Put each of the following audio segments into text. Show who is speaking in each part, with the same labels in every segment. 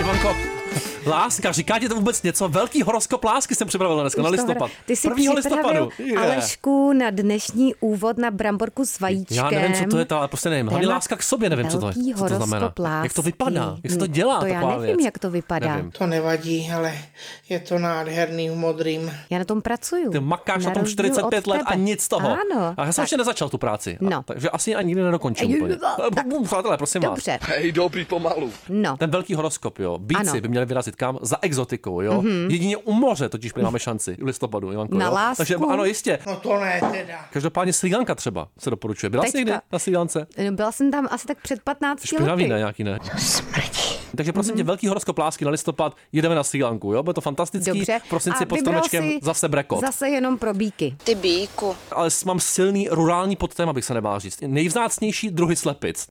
Speaker 1: Ivanko. Láska, říká ti to vůbec něco? Velký horoskop lásky jsem připravil dneska na
Speaker 2: Už to
Speaker 1: listopad.
Speaker 2: hra- Ty jsi
Speaker 1: Prvního
Speaker 2: připravil
Speaker 1: listopadu. Je.
Speaker 2: Alešku na dnešní úvod na bramborku s vajíčkem.
Speaker 1: Já nevím, co to je, to, ale prostě nevím. Hlavně
Speaker 2: Téma
Speaker 1: láska k sobě, nevím, co to je.
Speaker 2: velký
Speaker 1: Co to znamená?
Speaker 2: horoskop Lásky.
Speaker 1: Jak to vypadá? Jak se to
Speaker 2: Hm,
Speaker 1: dělá?
Speaker 2: To já
Speaker 1: taková
Speaker 2: nevím,
Speaker 1: věc?
Speaker 2: jak to vypadá.
Speaker 1: Nevím.
Speaker 3: To nevadí, ale je to nádherný v modrým.
Speaker 2: Já na tom pracuju.
Speaker 1: Ty makáš na, tom
Speaker 2: rozdíl
Speaker 1: 45
Speaker 2: od
Speaker 1: let a
Speaker 2: tebe.
Speaker 1: nic z toho.
Speaker 2: Ano.
Speaker 1: a já jsem
Speaker 2: tak.
Speaker 1: ještě nezačal tu práci. A,
Speaker 2: No.
Speaker 1: takže asi ani nikdy nedokončím
Speaker 2: Ej,
Speaker 1: úplně.
Speaker 2: tak.
Speaker 1: Bu- bu- Přátelé, prosím vás.
Speaker 2: Dobře. Hej, dobrý, pomalu. No.
Speaker 1: Ten velký horoskop, jo. Bíci
Speaker 2: Ano. Mhm.
Speaker 1: by měli vyrazit kam? Za exotikou, jo. Jedině u moře totiž prý máme šanci v listopadu, Ivanko,
Speaker 2: Na
Speaker 1: jo?
Speaker 2: lásku.
Speaker 1: Takže ano, jistě.
Speaker 3: No to ne teda.
Speaker 1: Každopádně Sri Lanka třeba se doporučuje. Byla jsi
Speaker 2: Teďka.
Speaker 1: někdy na Sri Lance?
Speaker 2: No, Byla jsem tam asi tak před 15
Speaker 1: Špinavý, ne,
Speaker 2: lety. Mhm.
Speaker 1: nějaký ne. Takže prosím tě, velký horoskop lásky na listopad, jedeme na Sri Lanku, jo? Bude to fantastický.
Speaker 2: Dobře.
Speaker 1: V prosinci
Speaker 2: A
Speaker 1: pod
Speaker 2: vybral
Speaker 1: stromečkem
Speaker 2: si
Speaker 1: zase brekot.
Speaker 2: Zase jenom pro bíky.
Speaker 4: Ty bíku.
Speaker 1: ale s- mám silný rurální podtéma, bych se nebál říct. Nejvzácnější druhy slepic.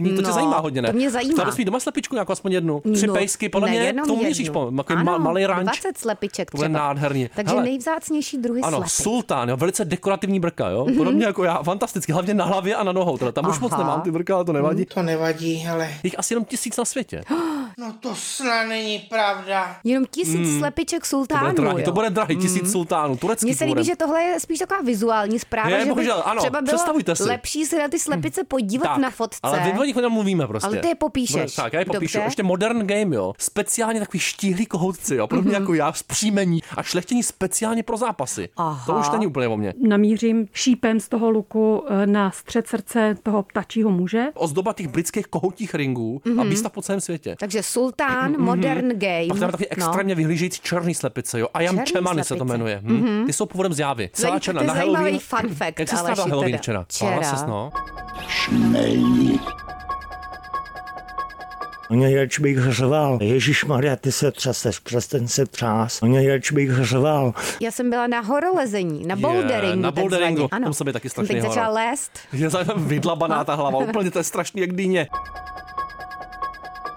Speaker 1: Mě to tě
Speaker 2: No,
Speaker 1: zajímá hodně, ne?
Speaker 2: to mě zajímá.
Speaker 1: Chtěla bys mít doma slepičku nějakou aspoň jednu? Tři
Speaker 2: No,
Speaker 1: pejsky, podle
Speaker 2: ne,
Speaker 1: mě
Speaker 2: jenom
Speaker 1: to
Speaker 2: jednu.
Speaker 1: měříš, takový
Speaker 2: Ano,
Speaker 1: ma- malý ranč.
Speaker 2: 20 slepiček
Speaker 1: To bude
Speaker 2: třeba.
Speaker 1: nádherně.
Speaker 2: Takže
Speaker 1: Hele,
Speaker 2: nejvzácnější druhy
Speaker 1: Ano,
Speaker 2: slepic.
Speaker 1: sultán, jo, velice dekorativní brka, jo. Podobně jako já, fantasticky, hlavně na hlavě a na nohou. Teda tam už moc
Speaker 2: Mhm. Aha. Mhm.
Speaker 1: nemám ty brka, ale to nevadí.
Speaker 3: To nevadí, ale...
Speaker 1: Jich asi jenom tisíc na světě.
Speaker 3: No to snad není pravda.
Speaker 2: Jenom tisíc slepiček
Speaker 1: Hmm. To bude
Speaker 2: sultánů.
Speaker 1: drahý,
Speaker 2: jo. Mhm.
Speaker 1: to bude drahý, tisíc sultánů, turecký
Speaker 2: Mně se líbí,
Speaker 1: původem.
Speaker 2: že tohle je spíš taková vizuální zpráva,
Speaker 1: Je,
Speaker 2: že by
Speaker 1: bohužel, ano,
Speaker 2: třeba bylo
Speaker 1: představujte si. Hmm.
Speaker 2: lepší se na ty slepice podívat
Speaker 1: Tak,
Speaker 2: na fotce.
Speaker 1: Ale vy o nich nemluvíme prostě.
Speaker 2: Ale ty je popíšeš.
Speaker 1: Bude- Tak, já je popíšu.
Speaker 2: Dobře.
Speaker 1: Ještě modern game, jo. Speciálně takový štíhlí kohoutci, jo.
Speaker 2: Mhm.
Speaker 1: Podobně jako já, zpříjmení a šlechtění speciálně pro zápasy.
Speaker 2: Aha.
Speaker 1: To už není úplně o mě.
Speaker 5: namířím šípem z toho luku eh, na střed srdce toho ptačího muže.
Speaker 1: Ozdoba těch britských kohoutích ringů
Speaker 2: Mhm.
Speaker 1: a výstav po celém světě.
Speaker 2: Takže sultán, modern game.
Speaker 1: Hmm, Pak tam je takový extrémně vyhlížející černý slepice, jo. A jam
Speaker 2: Mhm. No. Černý
Speaker 1: Čemany se to
Speaker 2: slepice.
Speaker 1: jmenuje. Hm. Ty jsou původem z Javy. Celá
Speaker 2: Zají-
Speaker 1: černá
Speaker 2: to je
Speaker 1: na
Speaker 2: zajímavý
Speaker 1: Halloween.
Speaker 2: fun fact,
Speaker 1: Jak se stává
Speaker 2: Aleši,
Speaker 1: Halloween
Speaker 2: teda.
Speaker 1: včera?
Speaker 2: Včera.
Speaker 1: Pála ses, no.
Speaker 6: Mě ječ bych řval. Ježíš Maria, ty se třeseš, přestaň se třás. Mě ječ bych řval.
Speaker 2: No, Já jsem byla na horolezení, na boulderingu.
Speaker 1: na boulderingu.
Speaker 2: takzvaně. Ano.
Speaker 1: Tam jsem byl taky
Speaker 2: Jsem
Speaker 1: strašný
Speaker 2: Teď začala
Speaker 1: horor.
Speaker 2: lézt.
Speaker 1: Je za- vydlabaná ta hlava, úplně to je strašný jak dýně.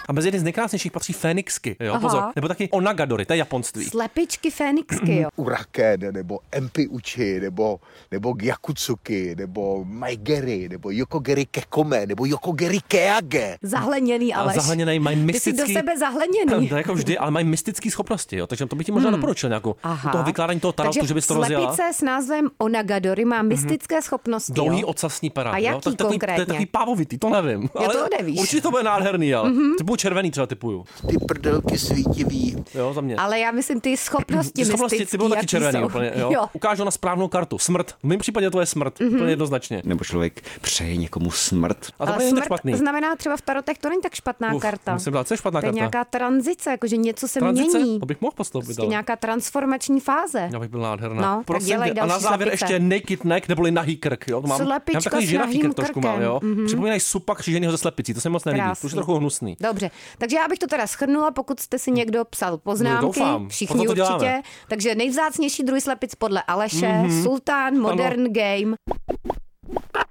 Speaker 1: A mezi jeden z nejkrásnějších patří Fénixky, jo,
Speaker 2: Aha.
Speaker 1: pozor. Nebo taky Onagadory, to je japonství.
Speaker 2: Slepičky fénixky, jo.
Speaker 7: Urakene, nebo Empi Uchi, nebo, nebo Gyakutsuki, nebo Maigeri, nebo Yokogeri Kekome, nebo Yokogeri Keage.
Speaker 2: Zahleněný,
Speaker 1: Ale
Speaker 2: Aleš.
Speaker 1: zahleněný mají
Speaker 2: Ty jsi
Speaker 1: mystický...
Speaker 2: do sebe zahleněný. Hmm.
Speaker 1: To jako vždy, ale mají mystické schopnosti, jo. Takže to bych ti možná doporučil nějakou u toho vykládání toho tarotu,
Speaker 2: Takže
Speaker 1: že bys to rozjela. Mhm.
Speaker 2: Slepice s názvem Onagadory má mystické schopnosti.
Speaker 1: Dlouhý
Speaker 2: jo.
Speaker 1: ocasní pera.
Speaker 2: A
Speaker 1: jo? Tak
Speaker 2: jaký
Speaker 1: takový, To je
Speaker 2: konkrétně?
Speaker 1: takový pávovitý, to nevím.
Speaker 2: Jo, to nevíš. Mhm.
Speaker 1: Určitě to bude nádherný, ale mm-hmm. typu červený třeba typuju.
Speaker 7: Ty prdelky svítivý.
Speaker 1: Jo, za mě.
Speaker 2: Ale já myslím ty schopnosti,
Speaker 1: Ty schopnosti,
Speaker 2: mystický,
Speaker 1: ty byl taky
Speaker 2: jaký
Speaker 1: červený
Speaker 2: jsou.
Speaker 1: úplně, jo.
Speaker 2: jo. Mhm.
Speaker 1: Ukážu na správnou kartu. Smrt. V mém případě to je smrt, mm-hmm. úplně jednoznačně.
Speaker 8: Nebo člověk přeje někomu smrt.
Speaker 1: A to
Speaker 2: Ale
Speaker 1: není tak
Speaker 2: smrt
Speaker 1: špatný.
Speaker 2: znamená třeba v tarotech, to není tak špatná
Speaker 1: Uf,
Speaker 2: karta.
Speaker 1: myslím, byla- co je špatná
Speaker 2: to
Speaker 1: karta?
Speaker 2: je nějaká tranzice, jakože něco se
Speaker 1: Tranzice?
Speaker 2: mění.
Speaker 1: To bych mohl postoupit,
Speaker 2: Prostě
Speaker 1: ale...
Speaker 2: nějaká transformační fáze.
Speaker 1: Já bych byl nádherná.
Speaker 2: No, tak
Speaker 1: Prosím
Speaker 2: dělej
Speaker 1: tě, a na
Speaker 2: další
Speaker 1: závěr
Speaker 2: slepice.
Speaker 1: ještě naked neck, neboli nahý krk. Jo? To mám, já mám
Speaker 2: Slepička
Speaker 1: takový
Speaker 2: s
Speaker 1: žinavý
Speaker 2: nahým
Speaker 1: krk trošku mám, jo.
Speaker 2: krkem, Mhm.
Speaker 1: Mm-hmm. Připomínají supak kříženýho ze slepicí, to se mi moc nelíbí. To už je
Speaker 2: Krásný.
Speaker 1: trochu hnusný.
Speaker 2: Dobře, takže já bych to teda schrnula, pokud jste si někdo psal
Speaker 1: Hm.
Speaker 2: poznámky,
Speaker 1: No, doufám.
Speaker 2: všichni
Speaker 1: Proto to
Speaker 2: určitě.
Speaker 1: děláme.
Speaker 2: Takže nejvzácnější druhý slepic podle Aleše,
Speaker 1: Mhm.
Speaker 2: Sultán, Modern Game,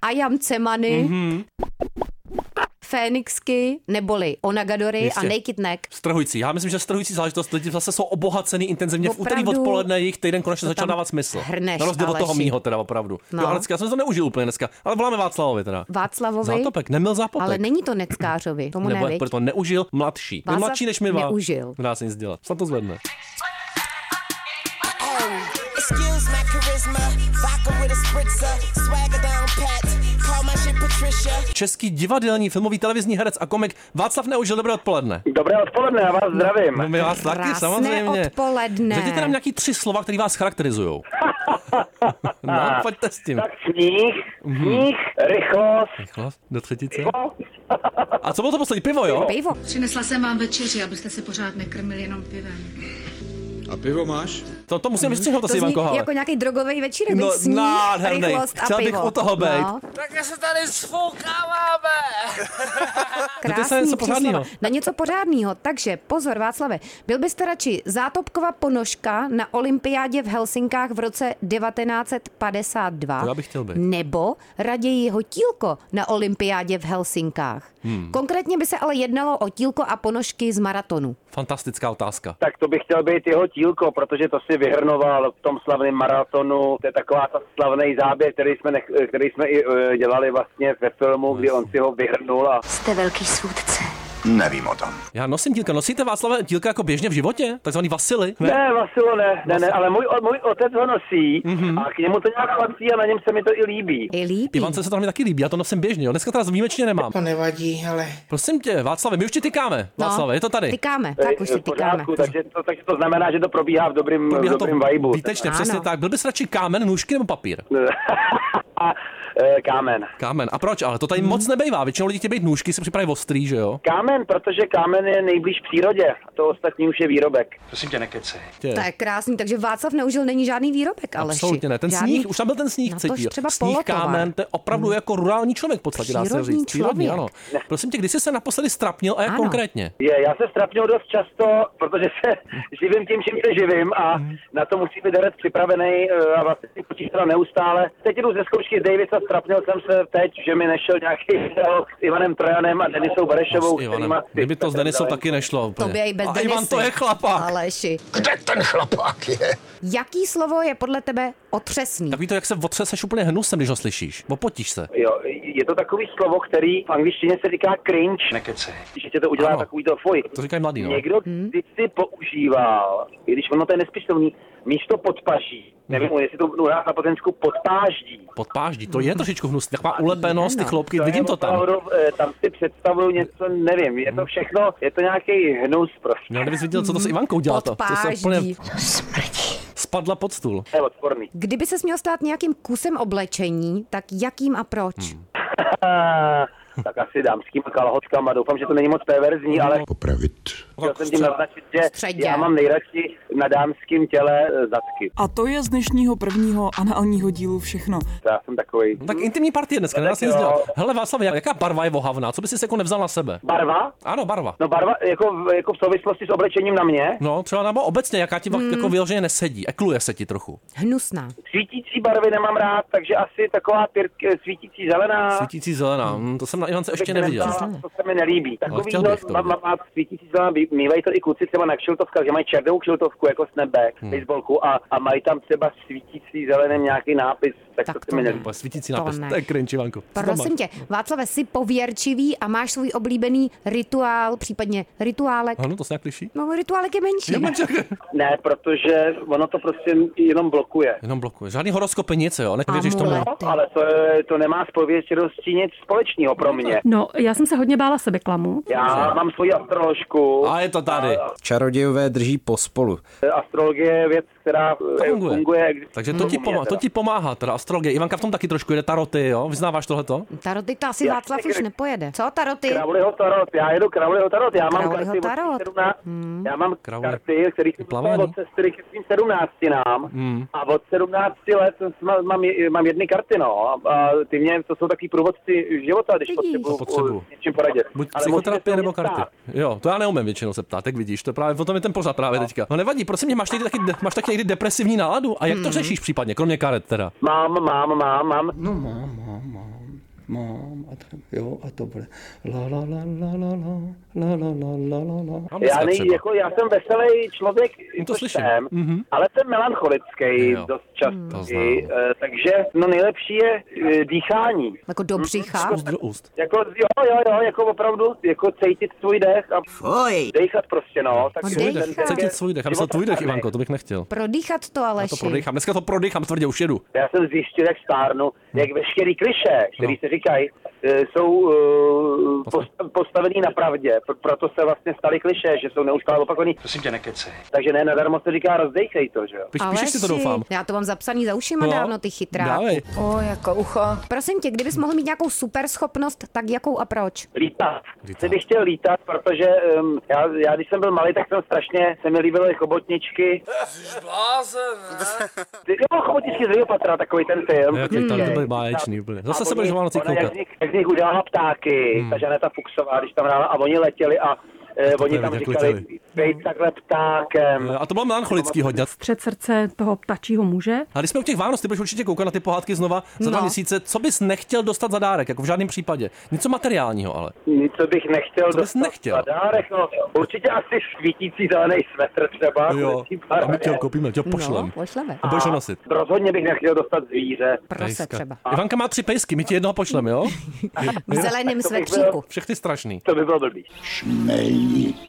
Speaker 2: Ayam Cemany,
Speaker 1: Mhm.
Speaker 2: Fénixky, neboli Onagadory
Speaker 1: Jistě.
Speaker 2: a Naked Neck.
Speaker 1: Strhující. Já myslím, že strhující záležitost lidi zase jsou obohacený intenzivně. V úterý
Speaker 2: Opravdu.
Speaker 1: odpoledne jejich týden konečně
Speaker 2: To
Speaker 1: začal
Speaker 2: tam
Speaker 1: dávat smysl.
Speaker 2: hrneš,
Speaker 1: Na rozdíl od toho
Speaker 2: Aleši.
Speaker 1: mýho, teda opravdu. No.
Speaker 2: No.
Speaker 1: Jo, Alecky, já jsem to neužil úplně dneska, ale voláme Václavovi teda.
Speaker 2: Václavovi.
Speaker 1: Zátopek, nemil zápotek.
Speaker 2: Ale není to Neckářovi, tomu
Speaker 1: Nebo
Speaker 2: ne,
Speaker 1: jak proto neužil mladší. Byl
Speaker 2: Václav
Speaker 1: mladší než my dva.
Speaker 2: neužil.
Speaker 1: Nedá se nic dělat. Snad to zvedne.
Speaker 9: Excuse my charisma, vodka with a spritzer, swagger down pat. Call my shit Patricia.
Speaker 1: Český divadelní, filmový, televizní herec a komik Václav Neužil, dobré odpoledne.
Speaker 10: Dobré odpoledne, já vás zdravím.
Speaker 1: No my vás taky,
Speaker 2: Krásné
Speaker 1: samozřejmě.
Speaker 2: odpoledne.
Speaker 1: Řekněte nám nějaký tři slova, které vás charakterizují. no, pojďte s tím.
Speaker 10: Tak sníh, sníh, rychlost,
Speaker 1: Rychlost do třetice. A co bylo to poslední? Pivo, jo?
Speaker 2: Pivo.
Speaker 11: Přinesla jsem vám večeři, abyste se pořád nekrmili jenom pivem.
Speaker 8: A pivo máš?
Speaker 1: To, to musím vystřihnout, to
Speaker 2: Mhm. To
Speaker 1: si
Speaker 2: zní
Speaker 1: Ivanko Hale.
Speaker 2: jako nějaký drogový večírek,
Speaker 1: No,
Speaker 2: no, sníh,
Speaker 1: nádherný.
Speaker 2: rychlost a
Speaker 1: Chtěl bych
Speaker 2: pivo.
Speaker 1: u toho být.
Speaker 2: No,
Speaker 10: Tak se tady sfoukáváme.
Speaker 1: Zeptej se na
Speaker 2: krásný
Speaker 1: něco
Speaker 2: něco
Speaker 1: pořádnýho.
Speaker 2: pořádného. Na něco pořádného. Takže pozor, Václave, byl byste radši zátopkova ponožka na olympiádě v Helsinkách v roce 1952?
Speaker 1: To já bych chtěl být.
Speaker 2: Nebo raději hotílko na olympiádě v Helsinkách? Hmm. Konkrétně by se ale jednalo o tílko a ponožky z maratonu.
Speaker 1: Fantastická otázka.
Speaker 10: Tak to bych chtěl být jeho tílko, protože to si vyhrnoval v tom slavném maratonu. To je taková ta slavný záběr, který jsme, e, nech, který jsme i eh, dělali vlastně ve filmu, kdy on si ho vyhrnul a
Speaker 11: Jste velký svůdce
Speaker 4: Nevím o tom.
Speaker 1: Já nosím dílka. Nosíte Václave dílka jako běžně v životě? Takzvaný Vasily?
Speaker 10: Ne, ne Vasilo ne, ne, ne, ale můj, o- můj otec ho nosí
Speaker 2: Mhm.
Speaker 10: mm-hmm. a k němu to nějak patří a na něm se mi to i líbí.
Speaker 2: I líbí.
Speaker 1: Ivance se to na mě taky líbí, já to nosím běžně, jo. dneska teda výjimečně nemám.
Speaker 3: To nevadí, ale...
Speaker 1: Prosím tě, Václave, my už ti tykáme.
Speaker 2: No.
Speaker 1: Václave, je to tady.
Speaker 2: Tykáme,
Speaker 10: Eh,
Speaker 2: tak už si
Speaker 10: v
Speaker 2: tykáme.
Speaker 10: pořádku, takže, to, takže to znamená, že to probíhá v dobrým, v
Speaker 1: Probíhá to
Speaker 10: dobrým vibu.
Speaker 1: Výtečně, přesně
Speaker 2: Ano.
Speaker 1: tak. Byl bys radši kámen, nůžky nebo papír?
Speaker 10: Eh, kámen.
Speaker 1: Kámen. A proč? Ale to
Speaker 2: Hmm.
Speaker 1: tady moc nebejvá. Většinou lidi chtějí být nůžky, se připraví ostrý, že jo?
Speaker 10: Kámen, protože kámen je nejblíž přírodě. A to ostatní už je výrobek.
Speaker 12: Prosím tě, nekecej.
Speaker 1: Tě.
Speaker 2: To je krásný, takže Václav neužil není žádný výrobek, ale
Speaker 1: Absolutně ne. Ten
Speaker 2: žádný...
Speaker 1: sníh, už tam byl ten sníh
Speaker 2: Na tož
Speaker 1: cítil.
Speaker 2: třeba
Speaker 1: Sníh,
Speaker 2: polotovar. Hmm.
Speaker 1: kámen, to je opravdu jako rurální člověk v podstatě, dá se
Speaker 2: Přírodní
Speaker 1: říct. Přírodní,
Speaker 2: člověk.
Speaker 1: ano. Prosím tě, kdy jsi se naposledy strapnil a jak
Speaker 2: Ano.
Speaker 1: konkrétně?
Speaker 10: Je, já se strapňuju dost často, protože se živím tím, čím se živím a
Speaker 1: Mhm.
Speaker 10: na to musí být herec připravený eh, a vlastně si potíš teda neustále. Teď jdu ze zkoušky z Davisa, strapnil jsem se teď, že mi nešel nějaký dialog s Ivanem Trojanem a Denisou Berešovou.
Speaker 1: No, S Ivanem.
Speaker 10: kterýma-
Speaker 1: Prostě, Kdyby to s Denisou taky nešlo. úplně.
Speaker 2: Tobě i bez
Speaker 1: a
Speaker 2: Denisy.
Speaker 1: Ivan, to je chlapák.
Speaker 2: Aleši,
Speaker 4: Kde ten chlapák je?
Speaker 2: jaký slovo je podle tebe otřesný?
Speaker 1: Takový to, jak se otřeseš úplně hnusem, když ho slyšíš. Opotíš se.
Speaker 10: Jo, je to takový slovo, který v angličtině se říká cringe.
Speaker 12: Nekecej.
Speaker 10: že tě to udělá
Speaker 1: Ano.
Speaker 10: ano. takový to fuj.
Speaker 1: To říkají mladý, no.
Speaker 10: Někdo kdysi používal, i když ono to je nespisovný, místo podpaží. Nevím,
Speaker 1: Mhm.
Speaker 10: jestli to u nás na Pozemsku podpáždí.
Speaker 1: Podpáždí, to je trošičku hnusný. Taková ulepenost, ty chlopky, vidím
Speaker 10: je
Speaker 1: to tam.
Speaker 10: opravdu, eh, tam si představuju něco, nevím, je to všechno, je to nějaký hnus prostě.
Speaker 1: Měl bys viděl, co
Speaker 2: Hmm.
Speaker 1: to s Ivankou dělá. To, to se
Speaker 2: Podpáždí.
Speaker 1: úplně spadla pod stůl.
Speaker 10: To je odporný.
Speaker 2: Kdyby se měl stát nějakým kusem oblečení, tak jakým a proč?
Speaker 1: Hmm.
Speaker 10: Ah, tak asi dámským kalhotkama, doufám, že to není moc perverzní,
Speaker 1: No,
Speaker 10: ale
Speaker 4: Popravit.
Speaker 10: chtěl jsem tím naznačit, že
Speaker 2: Středě.
Speaker 10: já mám nejradši na dámském těle eh, zadky.
Speaker 13: A to je z dnešního prvního análního dílu všechno.
Speaker 10: Já jsem takový.
Speaker 1: No tak intimní partie dneska,
Speaker 10: No
Speaker 1: no,
Speaker 10: tak
Speaker 1: nás nic
Speaker 10: jo.
Speaker 1: dělal. Hele Václav, jak- jaká barva je vohavná? Co by si jako nevzal na sebe?
Speaker 10: Barva?
Speaker 1: Ano, barva.
Speaker 10: No barva, jako, v- jako v souvislosti s oblečením na mě,
Speaker 1: No, třeba nebo obecně, jaká ti hmm. jako vyloženě nesedí, ekluje se ti trochu.
Speaker 2: Hnusná.
Speaker 10: Svítící barvy nemám rád, takže asi taková pirk, svítící zelená.
Speaker 1: Svítící zelená, hmm. to jsem na Ivance
Speaker 10: to bych
Speaker 1: ještě
Speaker 10: si
Speaker 1: neviděl.
Speaker 10: nevzala, To se mi nelíbí. Takový
Speaker 1: chtěl
Speaker 10: no,
Speaker 1: bych to
Speaker 10: má, má, má, svítící zelená, bý- mývají to i kluci třeba na kšiltovkách, že mají černou kšiltovku jako snapback, hmm. baseballku a, a mají tam třeba svítící zeleným nějaký nápis, tak, tak to se mi nelíbí.
Speaker 1: Úplně Svítící
Speaker 2: To
Speaker 1: nápis,
Speaker 2: ne.
Speaker 1: to je cringe, Ivanko. Co tam
Speaker 2: Prosím
Speaker 1: máš?
Speaker 2: tě, Václave, jsi pověrčivý a máš svůj oblíbený rituál, případně rituálek.
Speaker 1: Ano, to se nějak liší?
Speaker 2: No, rituálek je menší.
Speaker 1: Jo, menší.
Speaker 10: Ne, protože ono to prostě jenom blokuje.
Speaker 1: Jenom blokuje. Žádný horoskopy, nic, jo, nevěříš tomu.
Speaker 2: Amulet.
Speaker 10: No, ale to, je- to nemá s pověřčeností nic společného pro mě.
Speaker 5: No, já jsem se hodně bála sebeklamu.
Speaker 10: Já mám svoji astroložku.
Speaker 1: A je to tady.
Speaker 14: Čarodějové drží pospolu.
Speaker 10: Astrologie je věc, která eh,
Speaker 1: funguje.
Speaker 10: funguje.
Speaker 1: Takže to ti, pomáhá, to ti pomáhá, teda astrologie. Ivanka v tom taky trošku jede taroty, jo? Vyznáváš tohleto?
Speaker 2: Taroty to asi
Speaker 10: Já
Speaker 2: Václav
Speaker 10: si
Speaker 2: už
Speaker 10: řekl-
Speaker 2: nepojede. Co taroty?
Speaker 10: Kravliho tarot, já jedu Kravliho tarot, já mám
Speaker 2: Crowleyho
Speaker 10: karty od
Speaker 2: tarot. Hmm.
Speaker 10: 17, já mám
Speaker 1: Crowley.
Speaker 10: karty, které jsem dostal
Speaker 1: Plavený.
Speaker 10: od sestry k svým 17 nám
Speaker 1: Hmm.
Speaker 10: a od 17 let jsem- mám, mám, mám jedny karty, no, a, a ty mě, to jsou takový průvodci života, když
Speaker 2: Vidíš.
Speaker 10: potřebuju,
Speaker 1: To potřebuju.
Speaker 10: uh, s něčím poradit.
Speaker 1: Buď
Speaker 10: Ale můžete
Speaker 1: psychoterapie
Speaker 10: se
Speaker 1: nebo
Speaker 10: mě ptát.
Speaker 1: karty. Jo, to já neumím většinou se ptát, tak vidíš, to je právě, o tom je ten pořád právě teďka. No nevadí, prosím tě, máš někdy taky, de- máš taky někdy depresivní náladu? A jak
Speaker 2: Hmm.
Speaker 1: to řešíš případně, kromě karet teda?
Speaker 10: Mám, mám, mám, mám.
Speaker 12: No mám, mám, mám. Mám a tak, jo, a to bude. La la la la la la, la la la la la la.
Speaker 1: Mám
Speaker 10: Já,
Speaker 1: dneska
Speaker 10: nej,
Speaker 1: třeba. No,
Speaker 10: jako, já jsem veselý člověk, to
Speaker 1: slyším.
Speaker 10: jsem,
Speaker 1: Mhm.
Speaker 10: ale jsem melancholický
Speaker 1: Jo.
Speaker 10: dost často.
Speaker 1: To znám.
Speaker 10: I, eh, takže no nejlepší je eh, dýchání.
Speaker 2: Jako do břicha?
Speaker 1: Úst do úst.
Speaker 10: Jako, jo, jo, jo, jako opravdu, jako cítit svůj dech a Fuj. dejchat prostě, no. Tak
Speaker 2: No,
Speaker 10: to je
Speaker 1: Svůj
Speaker 10: ten-
Speaker 1: dech,
Speaker 2: dejchat.
Speaker 10: ten-
Speaker 1: cítit svůj dech. Já myslel tvůj dech, Ivanko, to bych nechtěl.
Speaker 2: Prodýchat to,
Speaker 1: Já
Speaker 2: Aleši.
Speaker 1: to prodechám, dneska to prodechám tvrdě, už jedu.
Speaker 10: Já jsem zjistil, jak stárnu, jak veškerý kliše, který
Speaker 1: No.
Speaker 10: se říkají, eh, jsou eh, posta- postavený na pravdě. Pr- Proto se vlastně staly kliše, že jsou neustále opakovaný.
Speaker 12: Prosím tě, nekecej.
Speaker 10: Takže ne, nadarmo se říká, rozdejchej to, že jo.
Speaker 1: Píš, píšeš si to
Speaker 2: Aleši,
Speaker 1: doufám.
Speaker 2: Já to mám zapsaný za ušima
Speaker 1: No.
Speaker 2: dávno, ty chytrá.
Speaker 1: Dávej.
Speaker 2: O, jako ucho. Prosím tě, kdybys mohl mít nějakou superschopnost, tak jakou a proč?
Speaker 10: Lítat.
Speaker 1: Lítat.
Speaker 10: Ty bych chtěl lítat, protože um, já, já, když jsem byl malý, tak jsem strašně, se mi líbily chobotničky. Ty, jo, chobotničky z Leopatra, takový ten film.
Speaker 1: Jak je to byl báječný úplně. Zase
Speaker 10: A
Speaker 1: se
Speaker 10: oni-
Speaker 1: budeš na noci
Speaker 10: ona jak
Speaker 1: koukat.
Speaker 10: z nich, jak z nich udělala ptáky, ta Žaneta Fuxová, když tam hrála, a oni letěli a eh,
Speaker 1: Hmm. to
Speaker 10: oni
Speaker 1: je
Speaker 10: tam
Speaker 1: vidět,
Speaker 10: říkali,
Speaker 1: kliteli.
Speaker 10: bejt takhle ptákem.
Speaker 1: Eh, A to bylo melancholický hodně.
Speaker 5: Střed srdce toho ptačího muže.
Speaker 1: A když jsme u těch Vánoc, ty budeš určitě koukat na ty pohádky znova za dva
Speaker 5: No.
Speaker 1: měsíce. Co bys nechtěl dostat za dárek? Jako v žádném případě. Něco materiálního, ale.
Speaker 10: Něco bych nechtěl
Speaker 1: Co bys nechtěl?
Speaker 10: za dárek, no, určitě asi svítící zelený svetr třeba.
Speaker 1: Jo,
Speaker 10: kulecí
Speaker 1: a my
Speaker 10: barvě.
Speaker 1: tě ho koupíme, tě ho pošlem.
Speaker 2: No, pošleme.
Speaker 1: A No. budeš ho nosit.
Speaker 10: Rozhodně bych nechtěl dostat zvíře.
Speaker 1: Pejska. Ivanka má tři pejsky, my ti jednoho pošleme, jo?
Speaker 2: V zeleném svetříku.
Speaker 1: Všechny strašný.
Speaker 10: To by bylo blbý.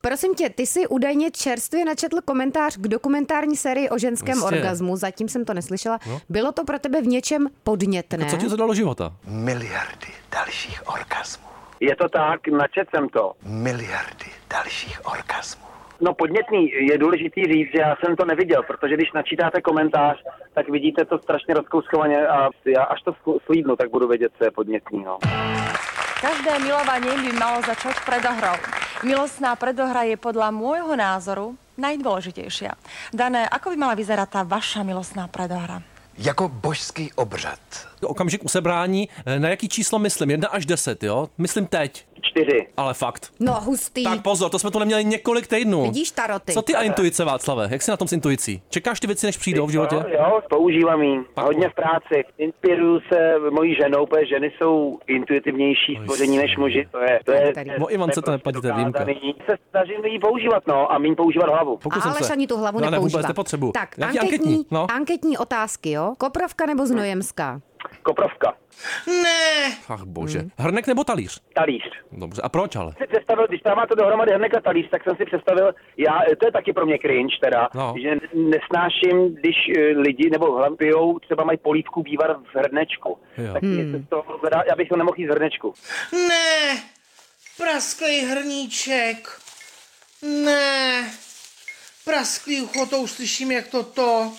Speaker 2: Prosím tě, ty jsi údajně čerstvě načetl komentář k dokumentární sérii o ženském
Speaker 1: Jistě.
Speaker 2: orgazmu, zatím jsem to neslyšela.
Speaker 1: No.
Speaker 2: Bylo to pro tebe v něčem podnětné?
Speaker 1: Co ti to dalo života?
Speaker 10: Miliardy dalších orgasmů. Je to tak, načet jsem to. Miliardy dalších orgasmů. No podnětný je důležitý říct, že já jsem to neviděl, protože když načítáte komentář, tak vidíte to strašně rozkouskovaně a já až to sku- slídnu, tak budu vědět, co je podnětný. No.
Speaker 15: Každé milovanie by malo začať predohrou. Milostná predohra je podľa môjho názoru najdôležitejšia. Dané, ako by mala vyzerať tá vaša milostná predohra?
Speaker 1: Jako božský obřad. Okamžik usebrání, eh, na jaký číslo myslím? 1 až 10, jo? Myslím teď.
Speaker 10: Čtyři.
Speaker 1: Ale fakt.
Speaker 2: No hustý.
Speaker 1: Tak pozor, to jsme tu neměli několik týdnů.
Speaker 2: Vidíš taroty.
Speaker 1: Co ty a intuice, Václave? Jak jsi na tom s intuicí? Čekáš ty věci, než přijdou v životě?
Speaker 10: Jo, jo, používám ji. Hodně v práci. Inspiruju se mojí ženou, protože ženy jsou
Speaker 1: No,
Speaker 10: intuitivnější stvoření než muži. To je, to je,
Speaker 1: O Ivance No, to nepadí, to je výjimka.
Speaker 10: Nyní se snažím ji používat, no, a míň používat hlavu.
Speaker 2: A Aleš ani tu hlavu
Speaker 1: No, ne, vůbec
Speaker 2: nepoužívá.
Speaker 1: nepotřebuju.
Speaker 2: Tak,
Speaker 1: Jaký
Speaker 2: anketní,
Speaker 1: anketní,
Speaker 2: anketní,
Speaker 1: no?
Speaker 2: anketní otázky, jo? Koprovka nebo Znojemská?
Speaker 10: Koprovka.
Speaker 3: Ne.
Speaker 1: Ach bože.
Speaker 2: Hmm.
Speaker 1: Hrnek nebo talíř?
Speaker 10: Talíř.
Speaker 1: Dobře, a proč ale?
Speaker 10: si představil, když tam má to dohromady hrnek a talíř, tak jsem si představil, já, to je taky pro mě cringe teda,
Speaker 1: No.
Speaker 10: že nesnáším, když eh, lidi nebo hlavně pijou, třeba mají polívku bývar v hrnečku.
Speaker 1: Jo.
Speaker 10: Tak hmm. se to zvedá, já bych to nemohl jít z hrnečku.
Speaker 3: Ne. Prasklý hrníček. Ne. Prasklý ucho, to už slyším, jak to to.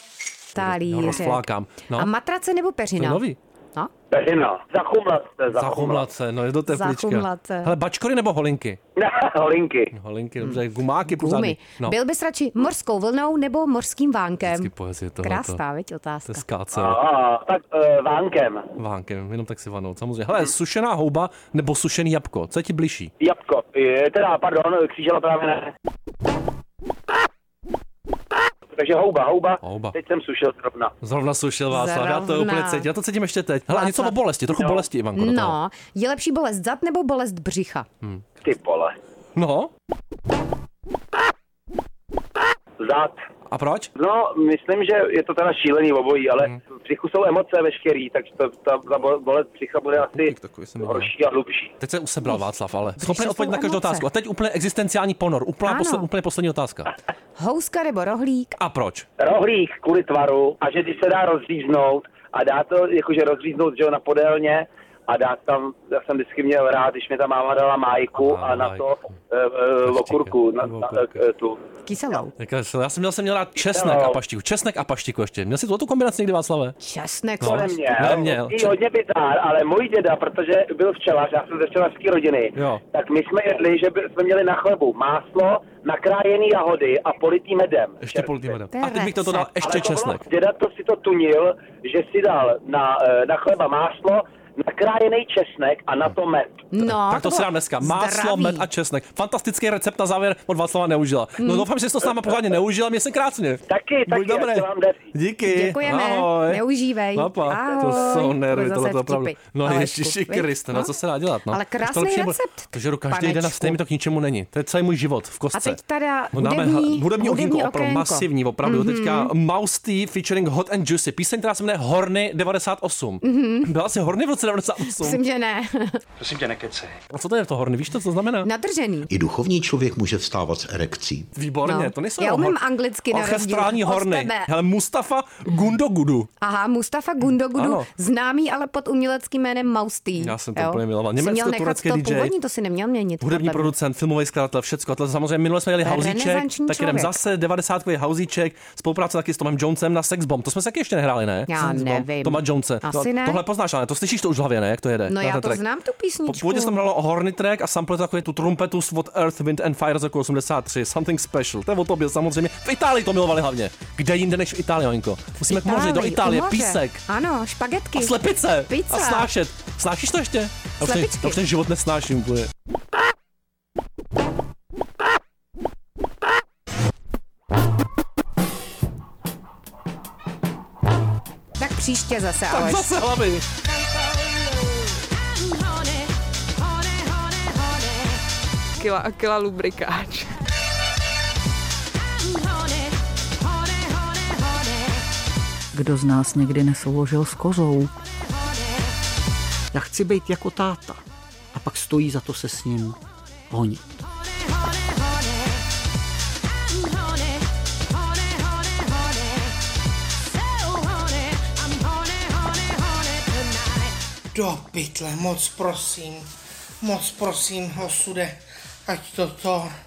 Speaker 1: Já ho
Speaker 2: Talířek.
Speaker 1: rozflákám. No.
Speaker 2: A matrace
Speaker 1: to
Speaker 2: nebo
Speaker 1: je
Speaker 2: peřina?
Speaker 1: nový.
Speaker 2: No?
Speaker 10: Peřina. Zachumlat se,
Speaker 1: Zachumlat se, no je do teplička.
Speaker 2: Zachumlat se. Hmm.
Speaker 1: Hele, bačkory nebo holinky?
Speaker 10: holinky.
Speaker 1: Holinky, dobře, gumáky
Speaker 2: Gumy.
Speaker 1: pořádný. No,
Speaker 2: Byl bys radši morskou vlnou nebo morským vánkem?
Speaker 1: poezie tohoto.
Speaker 2: Krásná, veď, otázka.
Speaker 1: To je skácel.
Speaker 10: A, tak uh, vánkem.
Speaker 1: Vánkem, jenom tak si vanout, samozřejmě. Hele, sušená houba nebo sušený jabko, co je ti blížší?
Speaker 10: Jabko, je, teda, pardon, křížela právě ne. Takže houba, houba.
Speaker 1: Houba.
Speaker 10: Teď jsem sušil zrovna.
Speaker 1: Zrovna sušil Václav, já to
Speaker 2: Zrovna.
Speaker 1: úplně cítím, já to cítím ještě teď. Hele, a něco o bolesti, trochu bolesti, Ivanko. do toho.
Speaker 2: No, je lepší bolest zad nebo bolest břicha?
Speaker 1: Hm.
Speaker 10: Ty pole.
Speaker 1: No,
Speaker 10: Zad.
Speaker 1: A proč?
Speaker 10: No, myslím, že je to teda šílený obojí, ale hmm. v psychu jsou emoce veškerý, takže to, ta, ta bo- bolest psycha bude asi horší a hlubší.
Speaker 1: teď se usebral Václav, ale schopný
Speaker 10: jsou
Speaker 1: odpovědět na každou
Speaker 10: emoce.
Speaker 1: otázku. A teď úplně existenciální ponor, úplně,
Speaker 10: Ano.
Speaker 1: posle, úplně poslední otázka.
Speaker 2: Houska nebo rohlík?
Speaker 1: A proč?
Speaker 10: Rohlík kvůli tvaru a že když se dá rozříznout a dá to jakože rozříznout že jo, na podélně a dá tam, já jsem vždycky měl rád, když mi ta máma dala májku a, na to e, e, okurku, na, na, e, tu.
Speaker 2: Kyselou.
Speaker 1: Jaká- Já jsem měl, jsem měl rád česnek a paštiku. Česnek a paštiku ještě. Měl jsi tu kombinaci někdy, Václave?
Speaker 2: Česnek.
Speaker 1: No,
Speaker 10: Podle mě,
Speaker 1: neměl.
Speaker 10: I hodně bizár, ale můj děda, protože byl včelař, já jsem ze včelařské rodiny,
Speaker 1: Jo.
Speaker 10: tak my jsme jedli, že by, jsme měli na chlebu máslo, nakrájený jahody a politý medem.
Speaker 1: Ještě politý medem.
Speaker 10: To je
Speaker 1: A teď bych to dal
Speaker 10: recept.
Speaker 1: ještě
Speaker 10: Ale to bylo-
Speaker 1: česnek.
Speaker 10: Děda to si to tunil, že si dal na, eh, na chleba máslo, nakrájený česnek a na to med.
Speaker 2: No,
Speaker 1: tak to, si dám dneska. Máslo, med a česnek. Fantastický recept na závěr od Václava Neužila. No
Speaker 2: Hmm.
Speaker 1: doufám, že jsi to s náma pořádně neužila, mě se krásně.
Speaker 10: Taky,
Speaker 1: taky. Buď dobré. Díky.
Speaker 2: Děkujeme,
Speaker 1: Ahoj.
Speaker 2: neužívej.
Speaker 1: Papa,
Speaker 2: Ahoj.
Speaker 1: to jsou
Speaker 2: Byly
Speaker 1: nervy,
Speaker 2: zase
Speaker 1: tohle to opravdu.
Speaker 2: vtipy.
Speaker 1: No
Speaker 2: Alešku,
Speaker 1: ježiši
Speaker 2: viď?
Speaker 1: Kriste, no co se dá dělat, no.
Speaker 2: Ale
Speaker 1: Už to
Speaker 2: krásný
Speaker 1: lepší nebude.
Speaker 2: recept,
Speaker 1: To žeru každý den a
Speaker 2: panečku.
Speaker 1: stejně to k ničemu není. To je celý můj život v kostce.
Speaker 2: A teď teda
Speaker 1: No dáme
Speaker 2: hudební-
Speaker 1: hla- hudební okýnko,
Speaker 2: hudební
Speaker 1: opravdu
Speaker 2: okénko.
Speaker 1: masivní, opravdu.
Speaker 2: Mhm.
Speaker 1: Teďka Mouse T featuring Hot and Juicy, píseň, která se jmenuje Horny 98.
Speaker 2: Mhm.
Speaker 1: Byla si Horny v roce 98?
Speaker 2: Myslím, že ne.
Speaker 16: Prosím tě, nekecej.
Speaker 1: A co to je to Horny, víš to, co to znamená?
Speaker 2: Nadržený.
Speaker 16: I duchovní člověk může vstávat s erekcí.
Speaker 1: Výborně,
Speaker 2: No.
Speaker 1: to nejsou
Speaker 2: Já
Speaker 1: jenom
Speaker 2: umím
Speaker 1: hor-
Speaker 2: anglicky na rozdíl
Speaker 1: orchestrální
Speaker 2: od
Speaker 1: horny.
Speaker 2: tebe.
Speaker 1: Hele, Mustafa Gundogudu.
Speaker 2: Aha, Mustafa Gundogudu,
Speaker 1: Ano.
Speaker 2: známý ale pod uměleckým jménem Maustý.
Speaker 1: Já jsem to úplně miloval. Německo-turecký
Speaker 2: to
Speaker 1: DJ.
Speaker 2: původní, to si neměl měnit.
Speaker 1: Hudební
Speaker 2: podle mě.
Speaker 1: producent, filmový skladatel, všecko. A to samozřejmě minule jsme jeli hauzíček,
Speaker 2: Renesanční
Speaker 1: tak jdem
Speaker 2: člověk.
Speaker 1: zase 90 hauzíček, spolupráce taky s Tomem Jonesem na Sexbomb. To jsme se taky ještě nehráli, ne?
Speaker 2: Já
Speaker 1: Sexbomb,
Speaker 2: nevím.
Speaker 1: Toma Jonese.
Speaker 2: Asi
Speaker 1: to,
Speaker 2: ne.
Speaker 1: Tohle poznáš, ale to slyšíš to už v hlavě, ne? Jak to jede?
Speaker 2: No
Speaker 1: Na
Speaker 2: já
Speaker 1: ten
Speaker 2: to
Speaker 1: track.
Speaker 2: znám tu
Speaker 1: Po
Speaker 2: písničku.
Speaker 1: původně jsem hrál horny track a sample takový tu trumpetu z od Earth, Wind and Fire z roku 83, Something Special. To je o tobě samozřejmě. V Itálii to milovali hlavně. Kde jinde než v Itálii, Oňko? Musíme k moři, do
Speaker 2: Itálii,
Speaker 1: Itálie,
Speaker 2: u moře.
Speaker 1: písek.
Speaker 2: Ano, špagetky.
Speaker 1: A slepice.
Speaker 2: Pizza.
Speaker 1: A snášet. Snášíš to ještě? Já už, ten,
Speaker 2: Slepičky.
Speaker 1: já už ten život nesnáším úplně.
Speaker 2: Příště zase,
Speaker 1: Tak
Speaker 2: Aleš.
Speaker 1: zase hlavy.
Speaker 17: Kila a kila lubrikáč.
Speaker 15: Kdo z nás někdy nesouložil s kozou?
Speaker 18: Já chci být jako táta. A pak stojí za to se s ním honit.
Speaker 3: Do pytle, moc prosím, moc prosím, osude, ať toto